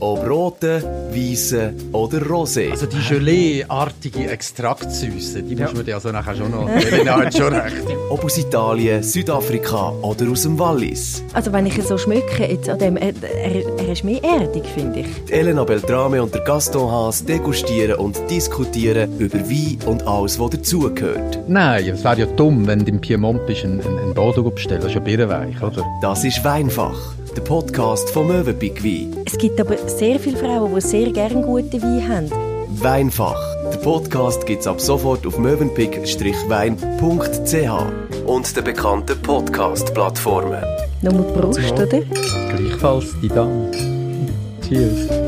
Ob rote, weiße oder rosé. Also die Gelee-artige Extraktsüße, die muss man dir also nachher schon noch... Elena hat schon recht. Ob aus Italien, Südafrika oder aus dem Wallis. Also wenn ich ihn so schmücke, jetzt an dem, er, er, er ist mehr erdig, finde ich. Die Elena Beltrame und der Gaston Haas degustieren und diskutieren über Wein und alles, was dazugehört. Nein, es wäre ja dumm, wenn du im Piemont bist, einen, einen einen Bordeaux bestellst. Das ist ja birrenweich, oder? Das ist Weinfach, der Podcast vom Möwenpick Wein. Es gibt aber sehr viele Frauen, die sehr gerne guten Wein haben. Weinfach, der Podcast gibt's ab sofort auf möwenpick-wein.ch und den bekannten Podcast-Plattformen. Nur mit Brust, Ja. oder? Gleichfalls, die Dame. Cheers.